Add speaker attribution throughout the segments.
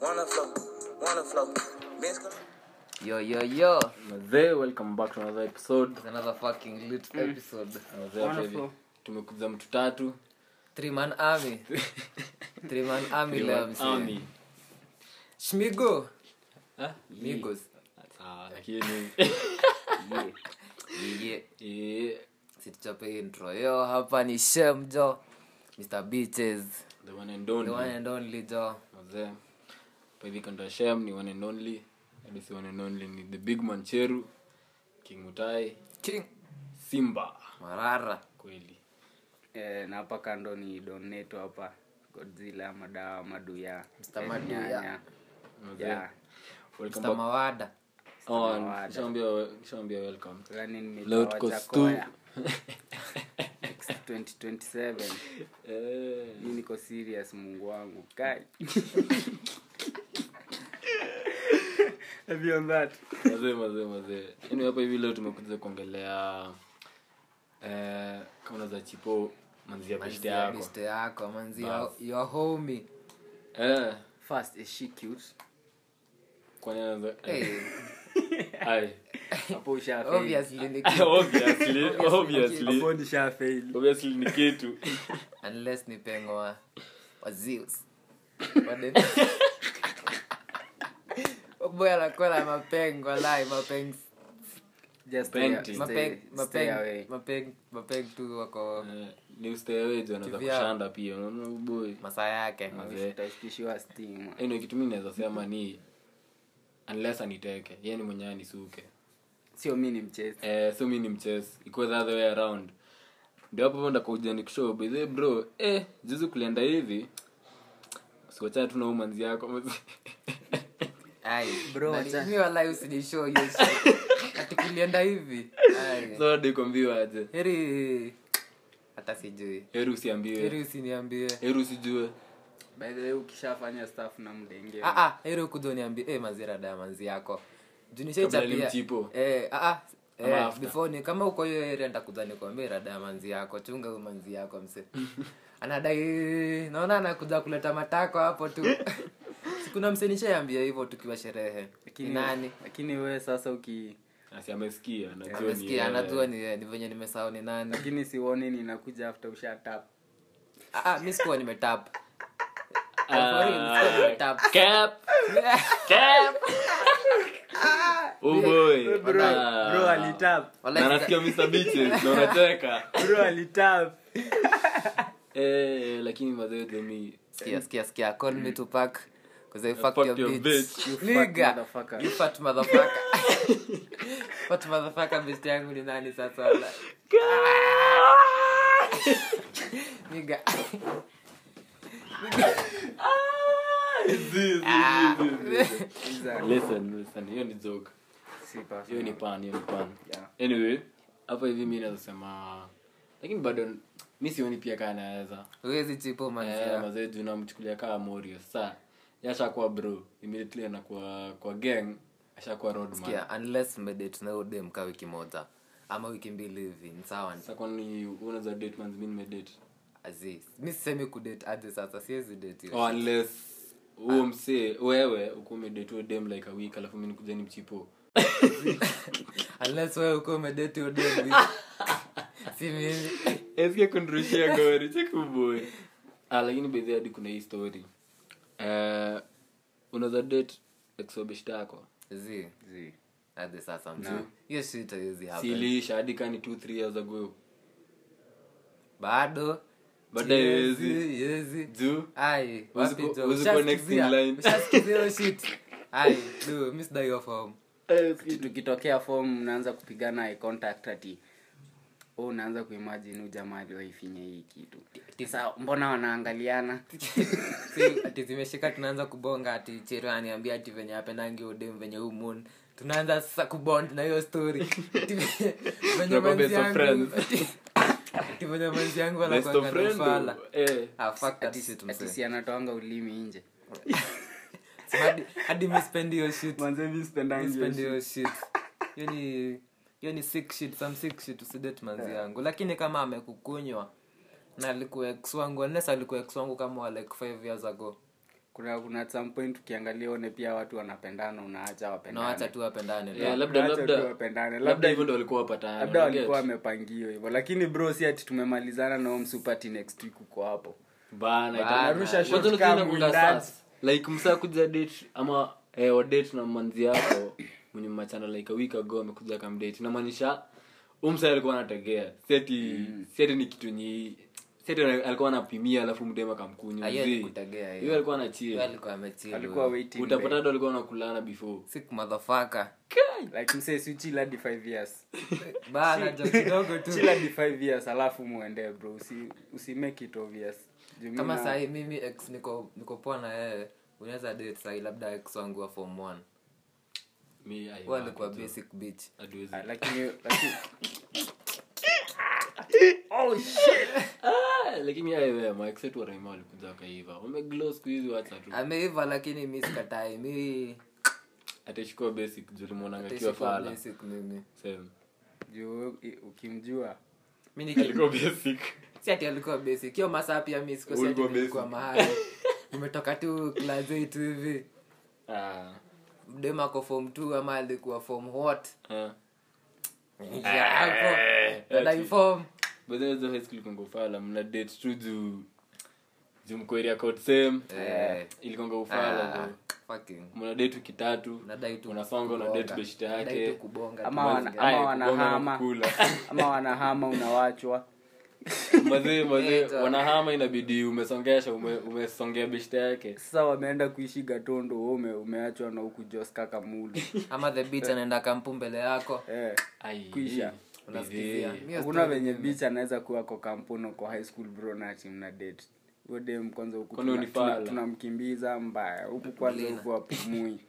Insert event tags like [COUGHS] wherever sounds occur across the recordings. Speaker 1: Wanna flow, wanna flow. Benz come.
Speaker 2: yo yo yo
Speaker 3: mazee welcome back to another episode
Speaker 2: It's another fucking lit
Speaker 3: Mm.
Speaker 2: episode
Speaker 3: Mazee, watu hivi.
Speaker 4: Wonderful.
Speaker 3: tumekuza mtu tatu
Speaker 2: three man
Speaker 3: [LAUGHS]
Speaker 2: army three man army leo msee
Speaker 3: Army.
Speaker 2: shmigo
Speaker 3: Ah,
Speaker 2: migos
Speaker 3: ah, lakini [LAUGHS]
Speaker 2: yeye
Speaker 3: Eh,
Speaker 2: situchape intro yo hapa ni shem jo mr beaches
Speaker 3: the one and
Speaker 2: the one
Speaker 3: only
Speaker 2: and only jo
Speaker 3: mazee Hapa hivi kando ya shem ni one and only Hadi si one and only ni the big man cheru king mutai
Speaker 2: king
Speaker 3: simba
Speaker 2: marara
Speaker 3: kweli
Speaker 4: Eh, na hapa kando ni doneto hapa godzilla madawa maduya
Speaker 2: Mr. Maduya.
Speaker 3: Mazee,
Speaker 4: Yeah.
Speaker 3: welcome
Speaker 2: mr
Speaker 3: back
Speaker 2: mawada
Speaker 3: Oh,
Speaker 4: Mawada.
Speaker 3: nishaambia- nishaambia welcome
Speaker 4: Yaani nimejaa
Speaker 3: Leo tuko stu.
Speaker 4: wachakoya. [LAUGHS] 2027
Speaker 3: [LAUGHS] Eh,
Speaker 4: mi niko serious mungu wangu
Speaker 2: [LAUGHS]
Speaker 4: kai Have you on that?
Speaker 3: mazee mazee mazee yani hapa Yaani hivi leo tumekuja kuongelea eh, kauna za chipo manzia beshte yako
Speaker 2: bisto yako manzi
Speaker 3: Bas.
Speaker 2: your
Speaker 3: [LAUGHS]
Speaker 2: homie
Speaker 3: eh,
Speaker 4: First, is she cute?
Speaker 3: kwani anaanza-
Speaker 2: hey
Speaker 3: Ai. [LAUGHS]
Speaker 4: Hapo usha fail.
Speaker 2: obviously ni
Speaker 3: Obviously, obviously.
Speaker 4: Hapo nisha fail.
Speaker 3: Obviously ni kitu
Speaker 2: unless ni pengo wa wa Zeus
Speaker 4: [LAUGHS]
Speaker 2: boya nakola mapengo lai mapeng
Speaker 4: Just stay-
Speaker 3: Panty.
Speaker 4: stay-
Speaker 2: mapeng
Speaker 4: stay away.
Speaker 2: mapeng mapeng mapeng tu wako
Speaker 3: Eh, ni usteweji anaweza
Speaker 2: Kivyao.
Speaker 3: kushanda pia unaona oh uboy
Speaker 2: masaa yake
Speaker 3: Mazee.
Speaker 4: Utashikishiwa stima.
Speaker 3: yani Yaani kitu mi naweza sema ni unless aniteke yani mwenyewe anisuke
Speaker 4: sio mi ni mchezi
Speaker 3: eh, so mi ni mches ikuwe the other way around ndio hapo nda kuja nikushow bidhe bro eh juzi kulienda hivi sikuachana tu na huyu manzi yako [LAUGHS]
Speaker 2: Ai,
Speaker 4: Bro,
Speaker 2: nani-
Speaker 4: acha.
Speaker 2: mi walai usinishow hiyo
Speaker 4: [LAUGHS]
Speaker 2: shit. ati kulienda hivi Ai,
Speaker 3: so dikwambiwa aje
Speaker 2: heri hata sijui
Speaker 3: heri
Speaker 2: heri
Speaker 3: usiambiwe
Speaker 2: usiniambie
Speaker 3: heri usijue
Speaker 4: by the way ukishafanya staff na mdenge
Speaker 2: Ah, ah, heri ukudoniambia eh, mazira da manzi yako
Speaker 3: Kabla
Speaker 2: junishaichapia
Speaker 3: nimchipo.
Speaker 2: eh, ah, ah,
Speaker 3: Ama
Speaker 2: eh,
Speaker 3: after.
Speaker 2: before ni kama uko hiyo area nitakuja nikwambia rada ya manzi yako chunga huyo manzi yako mse
Speaker 3: [LAUGHS]
Speaker 2: anadai naona anakuja kuleta matako hapo
Speaker 3: [LAUGHS]
Speaker 2: tu sikuna mse nishaambia hivyo tukiwa sherehe Ni nani
Speaker 4: lakini we sasa uki
Speaker 3: asi amesikia anajua ni
Speaker 2: amesikia
Speaker 3: yeye.
Speaker 2: anajua ni yeye, ni venye nimesahau ni nani
Speaker 4: lakini sioni ninakuja after ushatap
Speaker 2: ah, ah, mi sikuwa nimetap
Speaker 3: Ah,
Speaker 2: Sorry, nimetap.
Speaker 3: cap cap oh boy
Speaker 4: bro,
Speaker 3: Ah.
Speaker 4: bro alitap
Speaker 3: na
Speaker 2: Wallahi,
Speaker 3: nasikia Mr. Beaches na unacheka
Speaker 4: bro alitap
Speaker 3: eh lakini mazee demi
Speaker 2: Skia, skia, skia. Call me Tupac, 'cause I
Speaker 3: Mm. fucked
Speaker 2: fucked your
Speaker 3: your
Speaker 2: bitch.
Speaker 3: bitch.
Speaker 2: You
Speaker 4: fat
Speaker 2: Nigga.
Speaker 4: motherfucker.
Speaker 2: You fat motherfucker. [LAUGHS] Fat motherfucker, bitch yangu ni nani sasa wala? Nigga.
Speaker 3: Ah.
Speaker 4: Exactly.
Speaker 3: listen listen hiyo ni joke
Speaker 4: Si personal.
Speaker 3: hiyo ni pan hiyo ni pan
Speaker 4: Yeah.
Speaker 3: anyway hapa hivi mi nazasema lakini bado mi sioni pia kaa naweza
Speaker 2: Huwezi chipo
Speaker 3: yeah.
Speaker 2: manzia.
Speaker 3: mazee juu namchukulia kaa morio sa yashakuwa bro immediately anakuwa kwa gang ashakuwa roadman
Speaker 2: Skia, unless mmedate na huyo dem ka wiki moja ama wiki mbili hivi ni sawa
Speaker 3: sa kwani unaweza date manzi mi nimedate
Speaker 2: azi mi sisemi kudate aje sasa siwezi date hiyo
Speaker 3: oh, unless huo msee wewe ukuwa umedate huyo dem like a week alafu mi nikuja ni mchipo
Speaker 2: unless wewe uko umedate huyo dem hivi. si mimi
Speaker 3: eske kunrushia gori chekuboy ah, lakini bedhi hadi kuna hii story uh, unaweza date exobeshta yako
Speaker 2: Zii.
Speaker 4: Zi.
Speaker 2: hadi sasa mtu hiyo shit haiwezi happen
Speaker 3: siiliisha hadi kani t th years ago
Speaker 2: bado
Speaker 3: Bado haiwezi.
Speaker 2: Haiwezi, haiwezi.
Speaker 3: juu
Speaker 2: Ai,
Speaker 3: Huwezi
Speaker 2: wapi
Speaker 3: ku-
Speaker 2: jo?
Speaker 3: huwezi kuwa next in
Speaker 2: Ushasikizia?
Speaker 3: line.
Speaker 2: Ushasikizia
Speaker 3: [LAUGHS]
Speaker 2: hiyo shit ai du mi sidai hiyo form
Speaker 4: Kitu tukitokea form unaanza kupigana eye contact ati oh, unaanza kuimagine huyu jamaa aliwaifinya hii kitu tisa mbona [LAUGHS] wanaangaliana
Speaker 2: Si, ati zimeshika tunaanza kubonga ati chero aniambia ati venye apendangi udem venye huu moon tunaanza sasa kubond na hiyo story Ati venye- venye manzi
Speaker 3: Tunakuwa best of
Speaker 2: yangu
Speaker 3: friends.
Speaker 2: ati- ati venye manzi yangu
Speaker 3: Best of
Speaker 2: wanakuanga na
Speaker 3: friend,
Speaker 2: ufala.
Speaker 3: eh.
Speaker 2: Ah, fuck that
Speaker 4: Ati-
Speaker 2: shit,
Speaker 4: ati
Speaker 2: msee.
Speaker 4: si anatoanga ulimi nje
Speaker 2: Hadi- hadi mi spend hiyo shit
Speaker 4: Mimi
Speaker 2: Yaani
Speaker 3: Yaani
Speaker 2: Spend
Speaker 4: sipendi hiyo
Speaker 2: hiyo shit. Hiyo ni- hiyo ni sick shit some sick shit usidate manzi yangu lakini kama amekukunywa na alikuwa ex wangu unless alikuwa ex wangu kama wa like five years ago
Speaker 4: kuna kuna at some point ukiangalia one pia watu wanapendana unaacha
Speaker 2: unawacha
Speaker 4: wapendane
Speaker 2: tu wapendane
Speaker 3: Yeah, labda
Speaker 4: Unaacha tu
Speaker 3: labda
Speaker 4: wapendane
Speaker 3: labda
Speaker 4: labda
Speaker 3: hivyo ndo walikuwa
Speaker 2: Ah,
Speaker 3: wapatana
Speaker 4: labda
Speaker 3: unaget?
Speaker 4: walikuwa wamepangiwa hivyo lakini bro si ati tumemalizana na home super ati next week uko hapo
Speaker 3: Bana,
Speaker 2: Bana.
Speaker 3: itakuwa-
Speaker 2: Narusha
Speaker 3: Kwanza
Speaker 4: shot
Speaker 3: unakiona
Speaker 4: kama
Speaker 3: kuna
Speaker 4: mwindaji.
Speaker 3: sas. like msaa kuja date ama eh, wadate na manzi yako [COUGHS] mwenye mmachana like a week ago amekuja kamdate namaanisha umsa alikuwa anategea seti
Speaker 2: Mm.
Speaker 3: seti ni kitu nyi seti alikuwa anapimia alafu mdema kamkunywa
Speaker 2: Ah, hiyo ni
Speaker 3: mzee.
Speaker 2: kutegea, hiyo.
Speaker 3: Hiyo alikuwa anachia
Speaker 2: Yeye alikuwa amechill.
Speaker 4: alikuwa waiting
Speaker 3: utapata ndo alikuwa anakulana before
Speaker 2: siku madhafaka
Speaker 4: like msee si chill hadi 5 years
Speaker 2: bana jo Ah, kidogo tu
Speaker 4: chill hadi 5 years alafu muende bro usi usi make it obvious Juu mi
Speaker 2: kama
Speaker 4: na-
Speaker 2: sahi mimi ex niko niko poa na yeye unaweza date sahi labda ex wangu wa form 1
Speaker 3: Mi, ai,
Speaker 2: huwa alikuwa
Speaker 3: kitu.
Speaker 2: basic bitch
Speaker 3: Hatuwezi.
Speaker 4: Ah, lakini lakini
Speaker 3: Ah, lakini ai wewe maexet waraima walikuja wakaiva wameglow siku hizi wacha tu
Speaker 2: ameiva lakini mi sikatai mi
Speaker 3: atashikwa basic julimwonanga kiwa
Speaker 2: tishikwa
Speaker 3: fala
Speaker 2: basic mimi
Speaker 3: same
Speaker 4: juu i- ukimjua
Speaker 2: mi niki-
Speaker 3: alikuwa basic
Speaker 2: si ati alikuwa basic hiyo masaa pia mi sikuwa si ati
Speaker 3: Ulikuwa
Speaker 2: nilikuwa mahali
Speaker 3: [LAUGHS]
Speaker 2: umetoka tu class 8 hivi
Speaker 3: Ah.
Speaker 2: mdema ako form 2 ama alikuwa form what
Speaker 3: Ah. Eh,
Speaker 2: yako dadai form
Speaker 3: By the way, hizo high school ilikuwanga ufala mna date tu juu juu mko area code same
Speaker 2: Eh.
Speaker 3: ilikuwanga
Speaker 2: Ah,
Speaker 3: ufala tu.
Speaker 2: fucking
Speaker 3: mna date wiki tatu
Speaker 2: nadai tu
Speaker 3: unasonga una date
Speaker 2: kubonga.
Speaker 3: beshte
Speaker 2: Nadai tu
Speaker 3: yake
Speaker 2: kubonga
Speaker 4: ama
Speaker 2: tu.
Speaker 4: wana- ama
Speaker 3: Ai, kubonga na
Speaker 4: wanahama
Speaker 3: kukula.
Speaker 4: [LAUGHS] ama wanahama unawachwa
Speaker 3: mazee mazee
Speaker 2: Eh, jo.
Speaker 3: wanahama inabidi umesongesha ume- umesongea beshte yake
Speaker 4: sasa wameenda kuishi gatondo wewe ume, umeachwa na huku jos kaka mulu
Speaker 2: ama the beach anaenda kampu mbele yako
Speaker 4: eh,
Speaker 3: Ai,
Speaker 4: Kuisha.
Speaker 3: bidhii.
Speaker 2: unasikizia Mio
Speaker 4: hakuna
Speaker 2: story
Speaker 4: venye
Speaker 2: mimi.
Speaker 4: bich anaweza kuwa kwa kampuni kwa high school bro na ati mna date huyo dem kwanza huku
Speaker 3: Kwani
Speaker 4: tuna-
Speaker 3: unifala?
Speaker 4: tuna- tunamkimbiza mbaya huku kwanza
Speaker 2: Kulina.
Speaker 4: huku apumui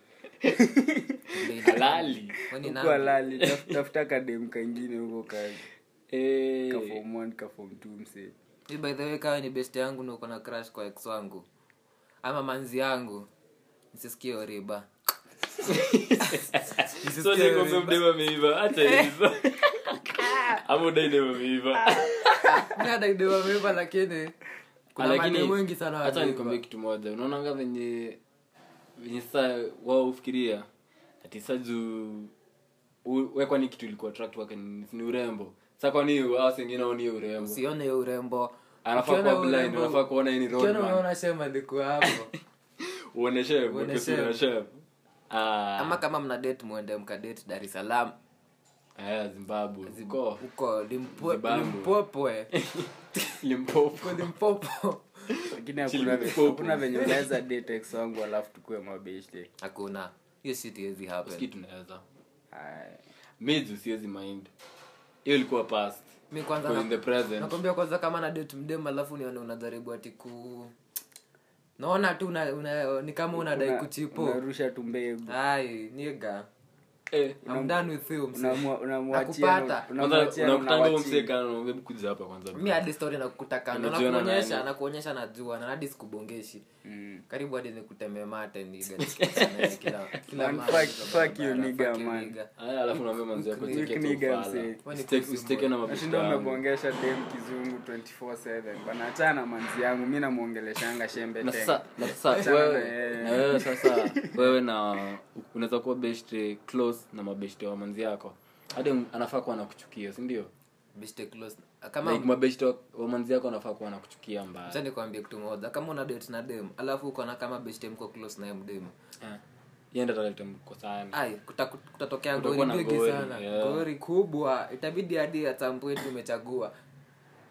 Speaker 3: halali
Speaker 2: [LAUGHS] Kwani
Speaker 4: huku
Speaker 2: nani?
Speaker 4: alali taf- tafuta kadem kaingine huko ka
Speaker 3: Eh,
Speaker 4: ka form one ka form two msee
Speaker 2: Mi by the way kawa ni best yangu na uko na crush kwa ex wangu ama manzi yangu nisisikie
Speaker 3: [LAUGHS]
Speaker 2: oriba
Speaker 3: so
Speaker 2: Nisisikie
Speaker 3: niko
Speaker 2: oriba.
Speaker 3: mdema ameiva acha hizo ama udai dem ameiva
Speaker 2: Mi hata kidogo ameiva, lakini kuna madem wengi sana
Speaker 3: hata
Speaker 2: wameiva.
Speaker 3: nikwambie kitu moja unaonanga venye venye saa wao hufikiria ati saa juu u- we kwani kitu ilikuwa attract wake ni ni urembo sa kwani hao sengine aoni hiyo urembo
Speaker 2: usione hiyo urembo
Speaker 3: Anafaa
Speaker 2: Ukiona
Speaker 3: kuwa blind,
Speaker 2: urembo-
Speaker 3: anafaa kuona hii ni road,
Speaker 2: ukiona
Speaker 3: man.
Speaker 2: unaona shema liko hapo
Speaker 3: [LAUGHS] uoneshe
Speaker 2: Uoneshe.
Speaker 3: uoneshe Ah,
Speaker 2: ama kama mna date mwende mkadate dar es salaam
Speaker 3: zimbabwe
Speaker 2: Zim-
Speaker 3: uko
Speaker 2: huko Limpo-
Speaker 3: Zimbabwe.
Speaker 2: limpopwe
Speaker 3: [LAUGHS] limpopo
Speaker 2: Huko limpopo
Speaker 4: lakini hakuna
Speaker 3: Chill
Speaker 4: ve-
Speaker 3: popo.
Speaker 4: hakuna venye unaweza date ex wangu alafu tukue mabeshte
Speaker 2: hakuna hiyo shit haiwezi happen.
Speaker 3: siki tunaweza
Speaker 4: Haya.
Speaker 3: mi juu siwezi mind hiyo ilikuwa past
Speaker 2: mi kwanza
Speaker 3: Tuko in the present.
Speaker 2: nakwambia kwanza kama na date mdem alafu nione unajaribu ati ku naona tu una, una, ni kama unadai
Speaker 4: Una-
Speaker 2: kuchipo Ah,
Speaker 4: unarusha tumbegu
Speaker 2: ai niga
Speaker 3: eh,
Speaker 2: I'm done with you mse.
Speaker 4: Unamwa- unamwachia
Speaker 2: Nakupata.
Speaker 4: na- unamwachia na
Speaker 3: unakutanga huo msee
Speaker 4: unawachia.
Speaker 3: kano hebu kuja hapa kwanza
Speaker 2: mi hadi story nakukuta kando
Speaker 3: Unajiona
Speaker 2: nakuonyesha
Speaker 3: nani?
Speaker 2: nakuonyesha najua na hadi sikubongeshi
Speaker 4: Mm.
Speaker 2: karibu hadi nikutembe mate
Speaker 4: [LAUGHS]
Speaker 2: niga Nisikutane kila- kila
Speaker 4: Man,
Speaker 2: mara
Speaker 4: fuck-
Speaker 2: kwa
Speaker 4: fuck you,
Speaker 2: barabara,
Speaker 4: nigga,
Speaker 2: fuck you,
Speaker 4: man.
Speaker 2: nigga.
Speaker 3: Aya, alafu naambia manzi yako
Speaker 2: Nick-
Speaker 3: cheke tu
Speaker 4: Nick
Speaker 3: ufala.
Speaker 2: Nick
Speaker 4: Nick
Speaker 3: Usiteke-
Speaker 2: Nick
Speaker 3: usiteke na mabishano.
Speaker 4: nashinda umebongesha dem kizungu 24/7 bana achana na manzi yangu mi namwongeleshanga shembe
Speaker 3: Na
Speaker 4: tena.
Speaker 3: sasa- na sasa
Speaker 4: Achana
Speaker 3: wewe-
Speaker 4: na yeye.
Speaker 3: na wewe sasa wewe na unaweza kuwa beshte close na mabeshte wa manzi yako hadi m- anafaa kuwa anakuchukia sindio
Speaker 2: Biste close. kama
Speaker 3: like mabeshte wa- wa manzi yako anafaa kuwa anakuchukia mbaya
Speaker 2: Acha nikwambie kitu moja kama una date na dem alafu uko na kama best mko close naye mdemu
Speaker 3: Eh. yenda taleta mkosani
Speaker 2: ai kuta- kutatokea
Speaker 3: Kutakuwa
Speaker 2: gori
Speaker 3: na
Speaker 2: bigi
Speaker 3: gori,
Speaker 2: sana
Speaker 3: yeah.
Speaker 2: gori kubwa itabidi hadi atambuetu umechagua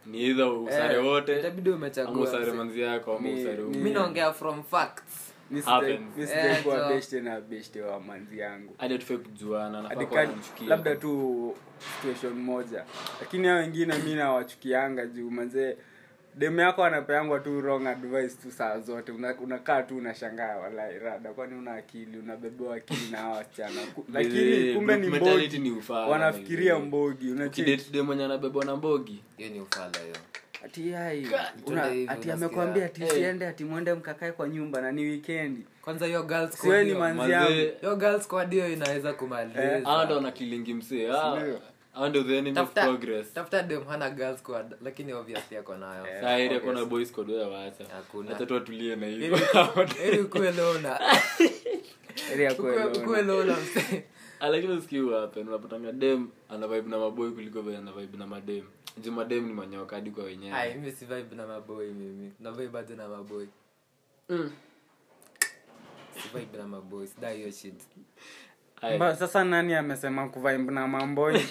Speaker 3: ni idha usare
Speaker 2: Eh,
Speaker 3: wote
Speaker 2: itabidi
Speaker 3: ama
Speaker 2: umechagua
Speaker 3: usare
Speaker 2: mse.
Speaker 3: manzi yako ama
Speaker 4: Mi-
Speaker 3: usare
Speaker 4: mi-
Speaker 3: umu
Speaker 2: mi naongea from facts
Speaker 4: Mi sija-
Speaker 3: Happens.
Speaker 4: mi sija
Speaker 2: Eh,
Speaker 4: kuwa
Speaker 2: so-
Speaker 4: beshte na beshte wa manzi yangu
Speaker 3: hadi atufai kujuana anafaa
Speaker 4: Hadi
Speaker 3: kuwa
Speaker 4: kani-
Speaker 3: anamchukia
Speaker 4: labda tu situation moja lakini hao wengine mi nawachukianga juu manzee demu yako anapeangwa tu wrong advice tu saa zote Una- unakaa tu unashangaa walai rada kwani una akili unabebewa akili na hawa wasichana Ku- lakini
Speaker 3: Bidhii,
Speaker 4: kumbe ni
Speaker 3: mentality ni
Speaker 4: mbogi
Speaker 3: ufala,
Speaker 4: wanafikiria
Speaker 3: bidhii.
Speaker 4: mbogi unacheki.
Speaker 3: ukidate dem mwenye anabebwa na mbogi
Speaker 2: hiyo ni ufala hiyo
Speaker 4: ati yai
Speaker 2: Tunda
Speaker 4: una-
Speaker 2: hivi
Speaker 4: ati
Speaker 2: unasikia.
Speaker 4: amekwambia ati
Speaker 3: Eh.
Speaker 4: siende ati mwende mkakae kwa nyumba na ni wikendi
Speaker 2: kwanza hiyo girls squad
Speaker 4: siweni
Speaker 2: hiyo-
Speaker 4: manzi
Speaker 3: Mazee.
Speaker 4: yangu
Speaker 2: hiyo girls squad hiyo inaweza
Speaker 3: Ah,
Speaker 2: kumaliza
Speaker 3: ndo ana kilingi msee ah.
Speaker 4: Sindio?
Speaker 3: Hao ndio the enemy of
Speaker 2: Tafuta-
Speaker 3: progress
Speaker 2: tafuta dem hana girl squad lakini obviously ako nayo
Speaker 3: Saa
Speaker 2: [LAUGHS]
Speaker 3: heri hakuna boys code, wewe wacha
Speaker 2: Hakuna.
Speaker 3: Acha tu atulie na hizo.
Speaker 2: Heri ukuwe lona
Speaker 4: Heri ya
Speaker 2: Ukuwe-
Speaker 4: kuelewana.
Speaker 2: ukuwe lona mse.
Speaker 3: [LAUGHS] Ah, lakini usikie huwa hapa unapatanga dem ana vibe na maboy kuliko vile ana vibe na madem juu madem ni manyoka hadi
Speaker 2: [LAUGHS]
Speaker 3: kwa
Speaker 2: Ai,
Speaker 3: wenyewe
Speaker 2: mimi si vibe na maboi mimi na vibe bado na maboi
Speaker 3: Mm.
Speaker 2: si vibe na maboi sidai hiyo shit
Speaker 3: Ai.
Speaker 4: Ba- sasa nani amesema kuvibe na mamboi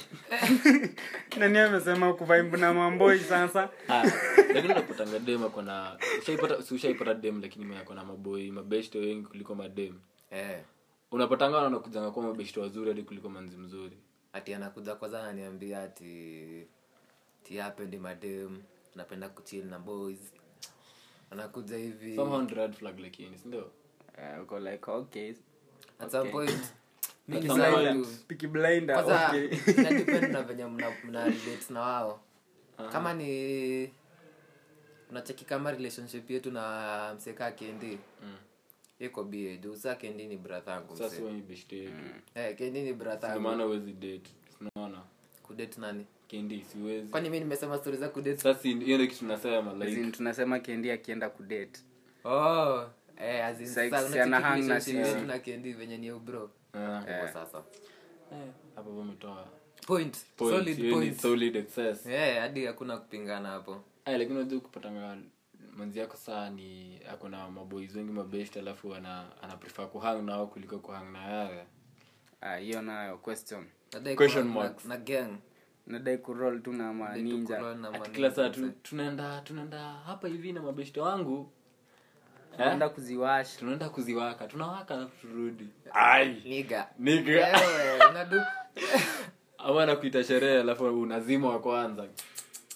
Speaker 4: nani amesema kuvibe na mamboi sasa
Speaker 3: Ah, lakini unapatanga dem ako na ushaipata si ushaipata dem lakini mwenye ako na maboy mabeshte wengi kuliko madem
Speaker 2: eh
Speaker 3: unapatanga wanakujanga kuwa mabeshte wazuri hadi kuliko manzi mzuri
Speaker 2: ati anakuja kwanza ananiambia ati ti hapendi madem napenda kuchill na boys anakuja hivi
Speaker 3: somehow ni red flag lakini sindio
Speaker 4: Eh, uko like okay
Speaker 2: at some point mi
Speaker 3: At some
Speaker 2: decide
Speaker 3: point.
Speaker 2: to-
Speaker 4: Peaky blinder
Speaker 2: kwanza
Speaker 4: okay.
Speaker 2: [LAUGHS] ina depend na venye mna, mna relate na wao
Speaker 3: Uh-huh.
Speaker 2: kama ni unacheki kama relationship yetu na mseka kendi
Speaker 3: Mm.
Speaker 2: iko bie juu saa kendi ni brathangu
Speaker 3: sasa huyo ni beshte
Speaker 2: Mm.
Speaker 3: yetu
Speaker 2: hey, Eh, kendi ni
Speaker 3: Ndio
Speaker 2: brathangu
Speaker 3: maana huwezi date unaona
Speaker 2: kudate nani
Speaker 3: kendi siwezi
Speaker 2: kwani mi nimesema stori za kudate
Speaker 3: sasa hiyo ndio kitu tunasema
Speaker 4: As in,
Speaker 3: like
Speaker 4: tunasema kendi akienda kudate
Speaker 2: oh eh, as in
Speaker 4: Sa-
Speaker 2: sasa
Speaker 4: si
Speaker 2: unacheki
Speaker 4: ana hang na Eh.
Speaker 2: relationship
Speaker 4: sisi.
Speaker 2: yetu na kendi venye ni ubro
Speaker 3: ah,
Speaker 2: Uko sasa
Speaker 3: hapo umetoa
Speaker 2: point,
Speaker 3: Point,
Speaker 2: solid
Speaker 3: hiyo ni
Speaker 2: point
Speaker 3: solid excess
Speaker 2: eh hadi hakuna kupingana hapo
Speaker 3: Aya, lakini unajua kupatanga manzi yako saa ni ako na maboys wengi mabest alafu ana anaprefer kuhang nao kuliko kuhang na yawe
Speaker 4: Ah, hiyo nayo question
Speaker 2: Nadai
Speaker 3: Question
Speaker 2: kuna-
Speaker 3: mark.
Speaker 2: na, na gang
Speaker 4: nadai kuroll tu na maninja
Speaker 2: Tukuloa na
Speaker 3: Ati
Speaker 2: maneno
Speaker 3: kila saa tu,
Speaker 2: mzee.
Speaker 3: tunaenda tunaenda hapa hivi na mabest wangu Eh?
Speaker 4: enda kuziwash
Speaker 3: tunaenda kuziwaka tunawaka alafu turudi Eh. ai
Speaker 2: Nigga. Eh,
Speaker 3: niga
Speaker 2: Wewe,
Speaker 3: [LAUGHS]
Speaker 2: unadu-
Speaker 3: ama nakuita sherehe alafu unazima wa kwanza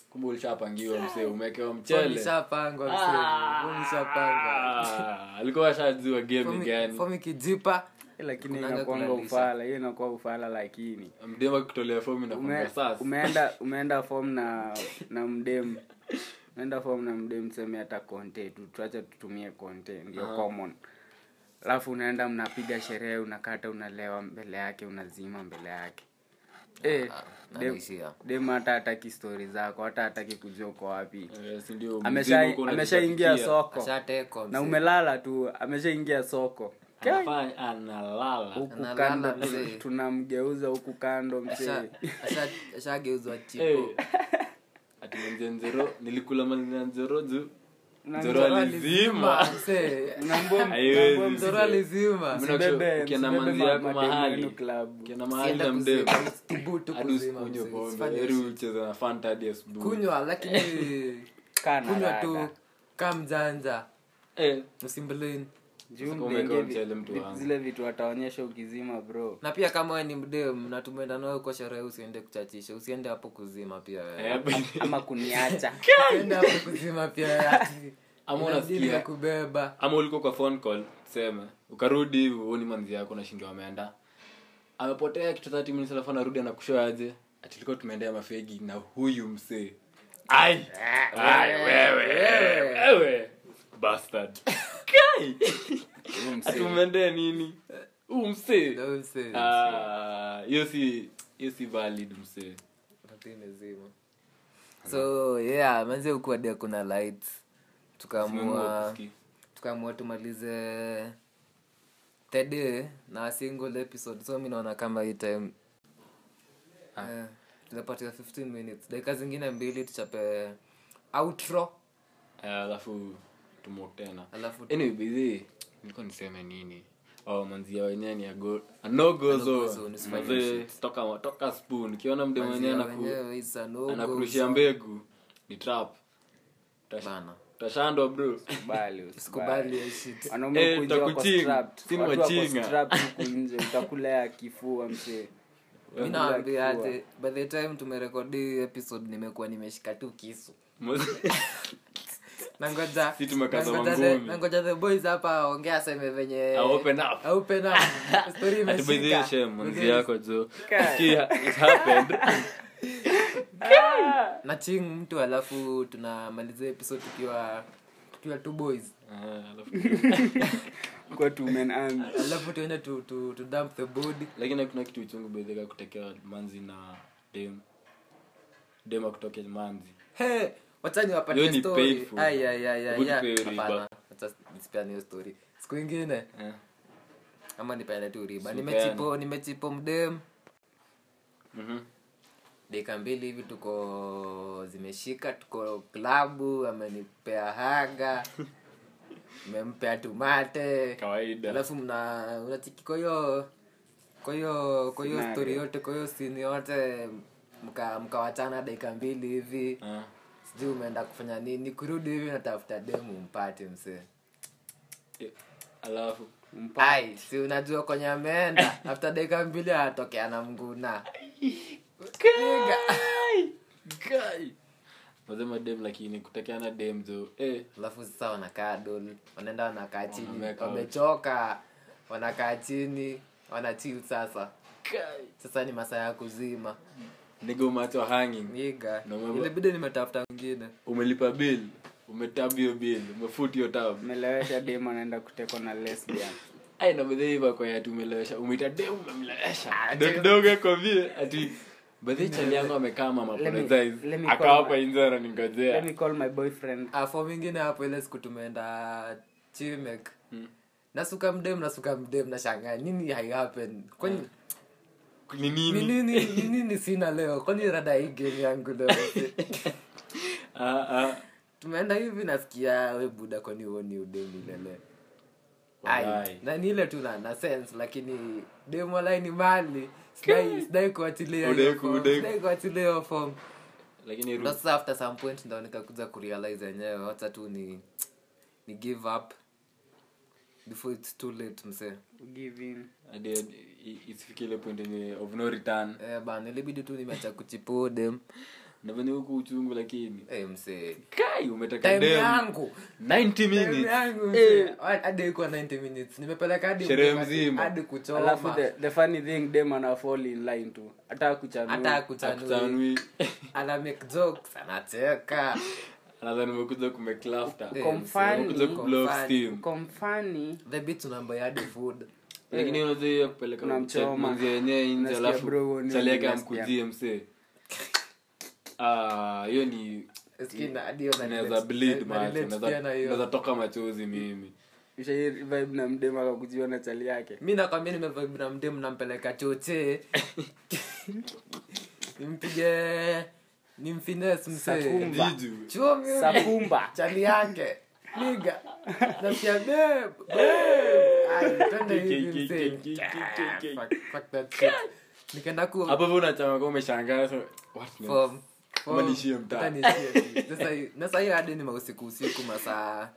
Speaker 3: kumbe ulishapangiwa msee umekewa mchele
Speaker 2: Ulishapangwa, msee. Ulishapangwa.
Speaker 3: Ah, alikuwa ashajua game ni
Speaker 2: Fomi-
Speaker 3: gani
Speaker 2: fomi kijipa
Speaker 4: Eh, lakini
Speaker 2: Kunaga
Speaker 4: inakuanga
Speaker 2: kunalisha.
Speaker 4: ufala hiyo inakuwa ufala lakini
Speaker 3: mdema akikutolea fomu
Speaker 4: Ume-
Speaker 3: inakwambia sasa
Speaker 4: [LAUGHS] umeenda umeenda form na na mdem umeenda form na mdem tuseme hata konte tu tuacha tutumie konte ndio common alafu unaenda mnapiga sherehe unakata unalewa mbele yake unazima mbele yake eh dem-
Speaker 2: anaishia.
Speaker 4: dem hata hataki stori zako hata hataki kujua uko wapi
Speaker 3: Eh, si ndio,
Speaker 4: Amesha-
Speaker 3: mzimu uko
Speaker 4: ameshaingia
Speaker 3: unajitafutia.
Speaker 4: soko
Speaker 2: ashateko msee.
Speaker 4: na umelala tu ameshaingia soko
Speaker 3: Anafanya- analala
Speaker 4: huku
Speaker 2: Analala
Speaker 4: kando tu-
Speaker 2: mzee.
Speaker 4: tunamgeuza huku kando
Speaker 2: Asha-
Speaker 4: [LAUGHS] mzee
Speaker 2: asha- ashageuzwa
Speaker 3: Eh,
Speaker 2: [LAUGHS] chipo
Speaker 3: ati mzee nzero nilikula malina nzero juu
Speaker 4: Na
Speaker 3: nzero alizima
Speaker 2: Msee.
Speaker 3: [LAUGHS]
Speaker 4: Mnambo-
Speaker 3: Haiwezi.
Speaker 4: mnambo mzee.
Speaker 2: Mzora lizima
Speaker 3: Mna-
Speaker 4: Msibebe-
Speaker 3: ukienda
Speaker 4: msibebe
Speaker 3: manzi
Speaker 4: ma-
Speaker 3: yako
Speaker 4: mademu
Speaker 3: mahali.
Speaker 4: wenu club.
Speaker 3: kienda mahali
Speaker 2: Sienda
Speaker 3: na mdem
Speaker 2: kuzima, thubutu
Speaker 3: hadi
Speaker 2: kuzima,
Speaker 3: usikunywe
Speaker 2: mzee.
Speaker 3: pombe
Speaker 2: Usifanye
Speaker 3: heri
Speaker 2: shit.
Speaker 3: ucheze na fanta hadi asubuhi
Speaker 2: kunywa lakini
Speaker 4: Kaa na
Speaker 2: kunywa
Speaker 4: rada.
Speaker 2: tu ka mjanja
Speaker 3: Eh,
Speaker 2: usimbeleni
Speaker 4: Juu
Speaker 3: Sasa umewekewa
Speaker 4: mdenge vi-
Speaker 3: mchele mtu
Speaker 4: vi-
Speaker 3: wangu.
Speaker 4: zile vitu wataonyesha
Speaker 3: [LAUGHS]
Speaker 4: ukizima bro
Speaker 2: na pia kama we ni mdem na tumeenda nawe kwa sherehe usiende kuchachisha usiende hapo kuzima pia wewe.
Speaker 3: eh,
Speaker 4: ama
Speaker 3: [LAUGHS]
Speaker 4: kuniacha
Speaker 2: Usiende hapo kuzima pia wewe ati.
Speaker 3: Ama
Speaker 2: Ina
Speaker 3: unasikia-
Speaker 2: dili ya kubeba
Speaker 3: ama ulikuwa kwa phone call tuseme ukarudi hivi uoni manzi yako nashindwa ameenda amepotea kitu 30 minutes alafu anarudi anakushoa aje ati tulikuwa tumeendea mafegi na huyu msee ai ai wewe wewe bastard kai ati umeendea nini huu msee
Speaker 2: Ndio msee.
Speaker 3: Ah, hiyo si hiyo si valid msee
Speaker 2: Wakati imezima. so yeah manze hukuwa dia kuna light
Speaker 3: Simeamua
Speaker 2: tukaamua
Speaker 3: kusikia.
Speaker 2: tukaamua tumalize tede na single episode so mi naona kama hii time
Speaker 3: Ah.
Speaker 2: eh, tunapatia 15 minutes dakika zingine mbili tuchape outro
Speaker 3: Ah, alafu tumwok tena
Speaker 2: Alafu-
Speaker 3: anyway bizi nilikuwa niseme nini oh, manzia wenyewe ni ago no go
Speaker 2: go
Speaker 3: zone.
Speaker 2: zone, usifanye
Speaker 3: Mazee, toka toka spoon ukiona mde mwenyewe
Speaker 2: Manzi ya
Speaker 3: anaku-
Speaker 2: wenyewe is a no-go
Speaker 3: anakurushia
Speaker 2: zone.
Speaker 3: mbegu ni trap Utash-
Speaker 2: Bana.
Speaker 3: utashandwa bro [LAUGHS]
Speaker 4: Kubali, usikubali.
Speaker 2: sikubali hiyo shit
Speaker 4: Wanaume
Speaker 3: Eh,
Speaker 4: huku nje wako
Speaker 3: utakuching.
Speaker 4: strapped.
Speaker 3: Si ni
Speaker 4: Watu wako
Speaker 3: wachinga. [LAUGHS]
Speaker 4: strapped huku nje utakulea kifua mzee
Speaker 2: mi naambia ati by the time tumerekodi hii episode nimekuwa nimeshika tu kisu
Speaker 3: Mose-
Speaker 2: nangoja
Speaker 3: Si tumekaza
Speaker 2: nangoja the-
Speaker 3: mangumi.
Speaker 2: nangoja the boys hapa aongea aseme venye
Speaker 3: I'll open up.
Speaker 2: I'll open
Speaker 3: [LAUGHS]
Speaker 2: up. Story
Speaker 3: Ati by the way,
Speaker 2: imeshika.
Speaker 3: shame, manzi
Speaker 2: Because-
Speaker 3: yako jo Sikia, it happened [LAUGHS]
Speaker 2: na ching mtu alafu tunamaliza episode tukiwa tukiwa two boys
Speaker 3: Ah, alafu-
Speaker 4: kwa two
Speaker 3: [LAUGHS]
Speaker 4: men army.
Speaker 2: alafu tuende to, to, to dump the body
Speaker 3: lakini kuna kitu uchungu bedheka kutekewa manzi na dem dem akutoke manzi
Speaker 2: Hey, wachani wapate
Speaker 3: Hiyo ni
Speaker 2: story.
Speaker 3: painful.
Speaker 2: Ai, ai, ai, ai,
Speaker 3: Hebu
Speaker 2: ya.
Speaker 3: tupewe riba.
Speaker 2: Hapana, wacha nisipeane hiyo story siku ingine
Speaker 3: eh.
Speaker 2: ama nipeane tu riba
Speaker 3: Sipeane.
Speaker 2: nimechipo nimechipo mdem
Speaker 4: Mhm.
Speaker 3: mm
Speaker 2: dakika mbili hivi tuko zimeshika tuko klabu amenipea
Speaker 3: [LAUGHS]
Speaker 2: haga imempea tumate
Speaker 3: kawaida
Speaker 2: alafu mna unachiki kwa hiyo kwa hiyo kwa hiyo
Speaker 4: Scenario.
Speaker 2: story yote kwa hiyo sini yote mka- mkawachana dakika mbili hivi
Speaker 3: Ah.
Speaker 2: sijui umeenda kufanya nini kurudi hivi natafuta demu mpate msee
Speaker 3: Eh, alafu
Speaker 2: ai si unajua kwenye
Speaker 3: [LAUGHS]
Speaker 2: ameenda after dakika mbili anatokea na mguna
Speaker 3: mazema dem lakini kutakiana dem zo eh,
Speaker 2: alafu sasa wanakaa dol wanaenda wanakaa chini
Speaker 3: Wanamek out.
Speaker 2: wamechoka wanakaa chini wanachil sasa sasa ni masaa ya kuzima
Speaker 3: nigga umeachwa hanging
Speaker 2: niga
Speaker 3: Na umebe-
Speaker 2: ilibidi nimetafuta mwingine
Speaker 3: umelipa bill umetab hiyo bill umefuti hiyo tab
Speaker 4: melewesha dem anaenda kutekwa na lesbian
Speaker 3: ai na bedhe hiva kwa ati umelewesha umeita dem umemlewesha
Speaker 4: Ah,
Speaker 3: dokidogo kwa vile ati bedhe chali yangu amekaa mama
Speaker 4: Let me-
Speaker 3: apologize
Speaker 4: let me
Speaker 3: akawa
Speaker 4: call
Speaker 3: hapa
Speaker 4: my-
Speaker 3: inje
Speaker 4: let
Speaker 3: ananingojea
Speaker 4: me call my boyfriend
Speaker 2: afo mingine Ah, hapo ile siku tumeenda chimek nasuka mdem nasuka mdem nashangaa nini hai happen kwani
Speaker 3: ni
Speaker 2: ni
Speaker 3: nini
Speaker 2: nini ni nini sina leo kwani rada hii game yangu leo
Speaker 3: ah, ah.
Speaker 2: tumeenda hivi nasikia we buda kwani uoni udemu lele
Speaker 3: Walai.
Speaker 2: na ni ile tu na, na sense lakini demu alai ni mali Sidai- sidai kuachilia hiyo
Speaker 3: Udeku,
Speaker 2: form,
Speaker 3: udeku. Mm.
Speaker 2: sidai kuachilia hiyo form
Speaker 3: lakini
Speaker 2: Ndo sasa after some point ndo nikakuja kurealize yenyewe wacha tu ni ni give up before it's too late msee
Speaker 4: give in
Speaker 3: hadi i- isifike ile point yenye of no return
Speaker 2: eh, bana ilibidi tu nimeacha kuchipua dem
Speaker 3: na venye huku uchungu lakini
Speaker 2: eh, msee
Speaker 3: kai umetaka
Speaker 2: time
Speaker 3: dem.
Speaker 2: yangu
Speaker 3: 90
Speaker 2: Time
Speaker 3: minutes
Speaker 2: yangu msee. Wa- hadi haikuwa 90 minutes nimepeleka hadi
Speaker 3: eh, Sherehe
Speaker 2: mkakati,
Speaker 3: mzima.
Speaker 2: hadi kuchoma.
Speaker 4: alafu the, the funny thing dem ana fall in line tu hata
Speaker 3: Mm,
Speaker 2: hata
Speaker 4: kuchanua
Speaker 2: kutanui
Speaker 3: akutanui
Speaker 2: ana make jokes anacheka
Speaker 3: nadhani umekuja kumeklafta
Speaker 2: Eh,
Speaker 4: Confirm.
Speaker 3: umekuja kublow
Speaker 2: Confirm.
Speaker 3: steam
Speaker 4: komfani
Speaker 2: the bit unambai hadi food Eh.
Speaker 3: lakini unajua hiyo kupeleka
Speaker 4: Unamchoma.
Speaker 3: mzee wenyewe nje
Speaker 4: Unasikia
Speaker 3: alafu
Speaker 4: bro, huo ni
Speaker 3: chali yake
Speaker 4: unasikia.
Speaker 3: amkujie msee Ah, hiyo ni
Speaker 2: Sikina, hadi hiyo na
Speaker 3: naweza
Speaker 2: relate- na-
Speaker 3: bleed
Speaker 2: na
Speaker 3: macho,
Speaker 2: relate
Speaker 3: naweza-
Speaker 2: pia na hiyo.
Speaker 3: naweza toka machozi mimi
Speaker 4: ushai vibe na mdem akakujiona chali yake
Speaker 2: mi nakwambia nimevibe na mdemu nampeleka
Speaker 3: [LAUGHS]
Speaker 2: choche nimpige nimfines msee
Speaker 4: Sakumba.
Speaker 3: Jiju.
Speaker 2: chumi
Speaker 4: sakumba
Speaker 2: [LAUGHS] chali yake niga nasikia babe, babe. Ay, twende hivi msee. Fuck, fuck that shit. nikaenda kuwa
Speaker 3: hapo hivyo unachanga kwa umeshangaa so, what next?
Speaker 2: form form.
Speaker 3: Ama niishie mtaa.
Speaker 2: Hata niishie tu. Sasa hii- na saa hiyo hadi ni mausiku usiku masaa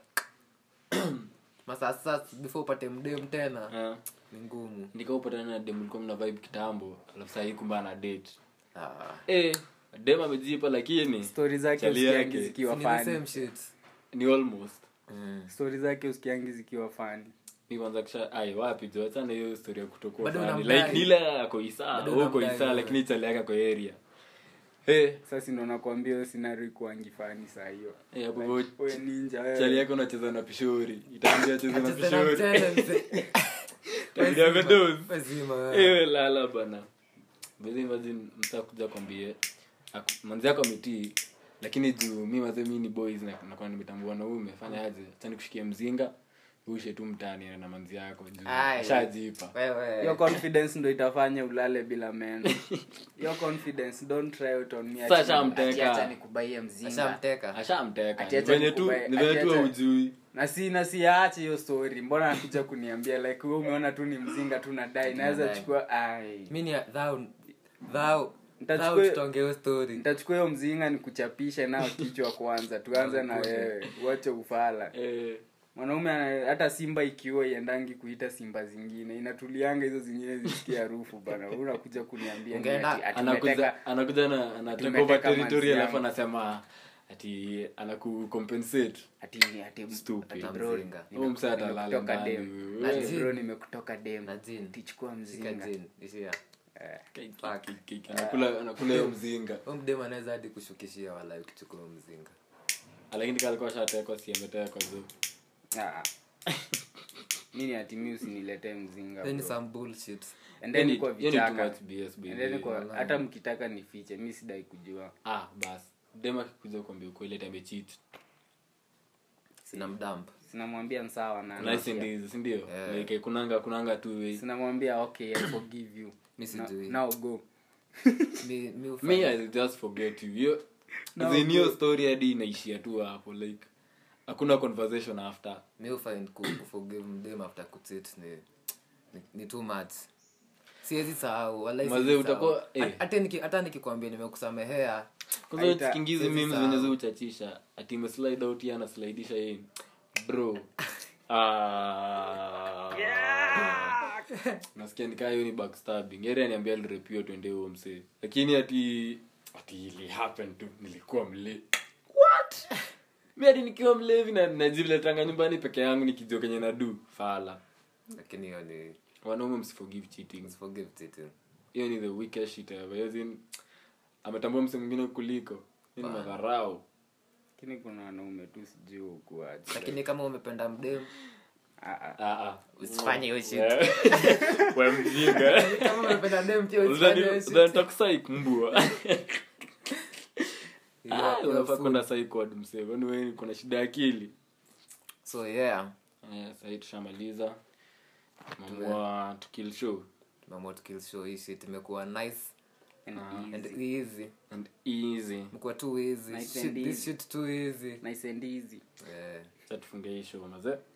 Speaker 2: masaa sasa before upate mdem tena
Speaker 3: Ah.
Speaker 2: ni ngumu
Speaker 3: nikaupatana na dem ulikuwa mna vibe kitambo alafu sahii kumbe ana date
Speaker 2: Ah.
Speaker 3: eh, dem amejipa lakini
Speaker 4: stori zake
Speaker 3: Chali
Speaker 4: usikiangi
Speaker 3: yake.
Speaker 4: zikiwa
Speaker 2: Ni the same
Speaker 4: fani
Speaker 2: shit.
Speaker 3: ni almost Mm.
Speaker 4: stori zake usikiangi zikiwa fani
Speaker 3: mi kwanza kisha ai wapi jo achana hiyo story ya kutokuwa
Speaker 2: Bado
Speaker 3: fulani.
Speaker 2: unamdai.
Speaker 3: like nila ako isaa
Speaker 2: Bado
Speaker 3: uko
Speaker 2: unamdai
Speaker 3: isaa
Speaker 2: wewe.
Speaker 3: lakini chali yake ako area Eh,
Speaker 4: sasa ndo nakwambia hiyo scenario ikuangi fani saa hiyo
Speaker 3: eh, hapo hivyo
Speaker 4: we ninja wewe.
Speaker 3: chali yake unacheza na pishori itaambia cheza na
Speaker 2: Acheza na
Speaker 3: pishori
Speaker 2: mtele
Speaker 3: [LAUGHS]
Speaker 2: mzee.
Speaker 3: Itabidi ako doze.
Speaker 2: Lazima wewe.
Speaker 4: Eh.
Speaker 3: ewe Eh, lala bana Bezi imagine msa kuja kwambie aku- manzi yako ametii lakini juu mi maze mi ni boys na- nakuwa nimetambua wanaume fanya aje acha nikushikie mzinga ushe tu mtaani enda na manzi yako juu
Speaker 2: Ai.
Speaker 3: shajipa
Speaker 2: Wewe.
Speaker 4: your confidence ndo itafanya ulale bila meno your confidence don't try it on me
Speaker 3: Sasa
Speaker 4: Ati-
Speaker 3: amteka.
Speaker 4: ati acha nikubaie mzinga
Speaker 2: Ashamteka.
Speaker 3: ashamteka
Speaker 4: Ati
Speaker 3: ni
Speaker 4: acha
Speaker 3: venye tu
Speaker 4: nikubae-
Speaker 3: ni venye
Speaker 4: ati
Speaker 3: tu
Speaker 4: acha-
Speaker 3: aujui
Speaker 4: na si na siache hiyo story mbona anakuja kuniambia like wewe umeona tu ni mzinga tu na dai naweza
Speaker 2: Tunadai.
Speaker 4: chukua ai
Speaker 2: Mi ni thou- thou-
Speaker 4: Nitachukua-
Speaker 2: thou tutonge hiyo story.
Speaker 4: nitachukua hiyo mzinga nikuchapishe nao kichwa kwanza tuanze na wewe uache ufala
Speaker 3: Eh,
Speaker 4: mwanaume ana- hata simba ikiwa iendangi kuita simba zingine inatulianga hizo zingine zisikie harufu bana Wewe unakuja kuniambia ni
Speaker 2: Ungeenda-
Speaker 4: ati- ati
Speaker 3: anakuja
Speaker 4: umeteka-
Speaker 3: anakuja na anateka
Speaker 4: tumeteka
Speaker 3: over
Speaker 4: manzi
Speaker 3: territory alafu
Speaker 4: yangu.
Speaker 3: anasema ati anaku compensate
Speaker 4: ati ati
Speaker 3: Stupid.
Speaker 4: ati bro,
Speaker 2: Mzinga.
Speaker 4: nimekutoka-
Speaker 3: Huyu msata
Speaker 4: nimekutoka
Speaker 3: alala ndani,
Speaker 4: dem.
Speaker 3: wewe.
Speaker 4: Ati bro, nimekutoka
Speaker 2: Na
Speaker 4: dem
Speaker 2: jini.
Speaker 4: tichukua
Speaker 2: Shika
Speaker 4: mzinga
Speaker 2: jini. Ishia.
Speaker 3: anakula anakula hiyo mzinga
Speaker 2: Huyo mdemu anaweza hadi kushukishia wala ukichukua huyo mzinga
Speaker 4: [LAUGHS]
Speaker 3: lakini kalikuwa shatekwa si ametekwa zoo
Speaker 4: Ah. mi ni Ah, ati mi usiniletee mzinga
Speaker 2: Then
Speaker 4: bro.
Speaker 2: some bullshit.
Speaker 4: And then
Speaker 3: Yaani-
Speaker 4: kwa
Speaker 3: yaani too
Speaker 4: vitaka.
Speaker 3: much BS, baby.
Speaker 4: And then kwa- hata mkitaka nifiche mi sidai kujua
Speaker 3: ah bas dem akikuja kuambia ukweli ati amechit
Speaker 2: Sinamdump.
Speaker 4: sinamwambia nsawa
Speaker 3: Na
Speaker 4: na
Speaker 3: hizi ndizi, si ndio
Speaker 4: Eh.
Speaker 2: Yeah.
Speaker 3: like kunanga kunanga tu way.
Speaker 4: sinamwambia okay I forgive you
Speaker 2: Mi
Speaker 4: Na-
Speaker 2: sijui.
Speaker 4: now go [LAUGHS]
Speaker 2: Mi- mi hufanya-
Speaker 3: me i just forget you hiyo
Speaker 4: No,
Speaker 3: as in hiyo story hadi inaishia tu hapo like hakuna conversation after
Speaker 2: mi hufind ku- kuforgive mdem after kucheat ni, ni, ni too much siwezi sahau walai siwezi
Speaker 3: Mazee,
Speaker 2: sahau.
Speaker 3: utakuwa- eh.
Speaker 2: Hat- hata niki- hata nikikwambia nimekusamehea
Speaker 3: kwanza
Speaker 4: Haita-
Speaker 3: sikingizi
Speaker 2: hizi
Speaker 3: memes
Speaker 2: za-
Speaker 3: zenye ziuchachisha ati imeslide out yeye anaslidisha yeye bro Ah. nasikia nikaa hiyo ni backstabbing yeye aniambia alirepio twende huo msee lakini ati ati ili happen tu nilikuwa mle what mi hadi nikiwa mlevi na najiletanga nyumbani peke yangu nikijua kenye nadu fala
Speaker 2: lakini hiyo ni
Speaker 3: wanaume msiforgive cheating
Speaker 2: forgive cheating
Speaker 3: hiyo ni the weakest shit ever As in, ametambua mse mwingine kuliko hiyo ni madharau
Speaker 4: lakini kuna wanaume tu sijui ukuaji
Speaker 2: lakini kama umependa mdem
Speaker 3: Ah, ah.
Speaker 2: usifanye hiyo shit
Speaker 3: Yeah. we mjinga
Speaker 2: kama umependa dem pia usifanye hiyo shit.
Speaker 3: Udhani- udhani takusaik mbwa
Speaker 2: You are-
Speaker 3: [LAUGHS] Ah,
Speaker 2: you are
Speaker 3: unafaa
Speaker 2: fool.
Speaker 3: kwenda saik ward msee kwani wewe kuna shida ya akili
Speaker 2: so yeah
Speaker 3: Eh, sahii tushamaliza mamua tukill show
Speaker 2: tumeamua tukill show hii shit imekuwa nice
Speaker 4: And
Speaker 2: and
Speaker 4: easy.
Speaker 2: easy
Speaker 3: and easy
Speaker 2: imekuwa too easy
Speaker 4: Nice
Speaker 2: shit,
Speaker 4: and
Speaker 2: this
Speaker 4: easy.
Speaker 2: shit too easy
Speaker 4: Nice and easy
Speaker 2: yeah.
Speaker 3: satufunge hii show mazee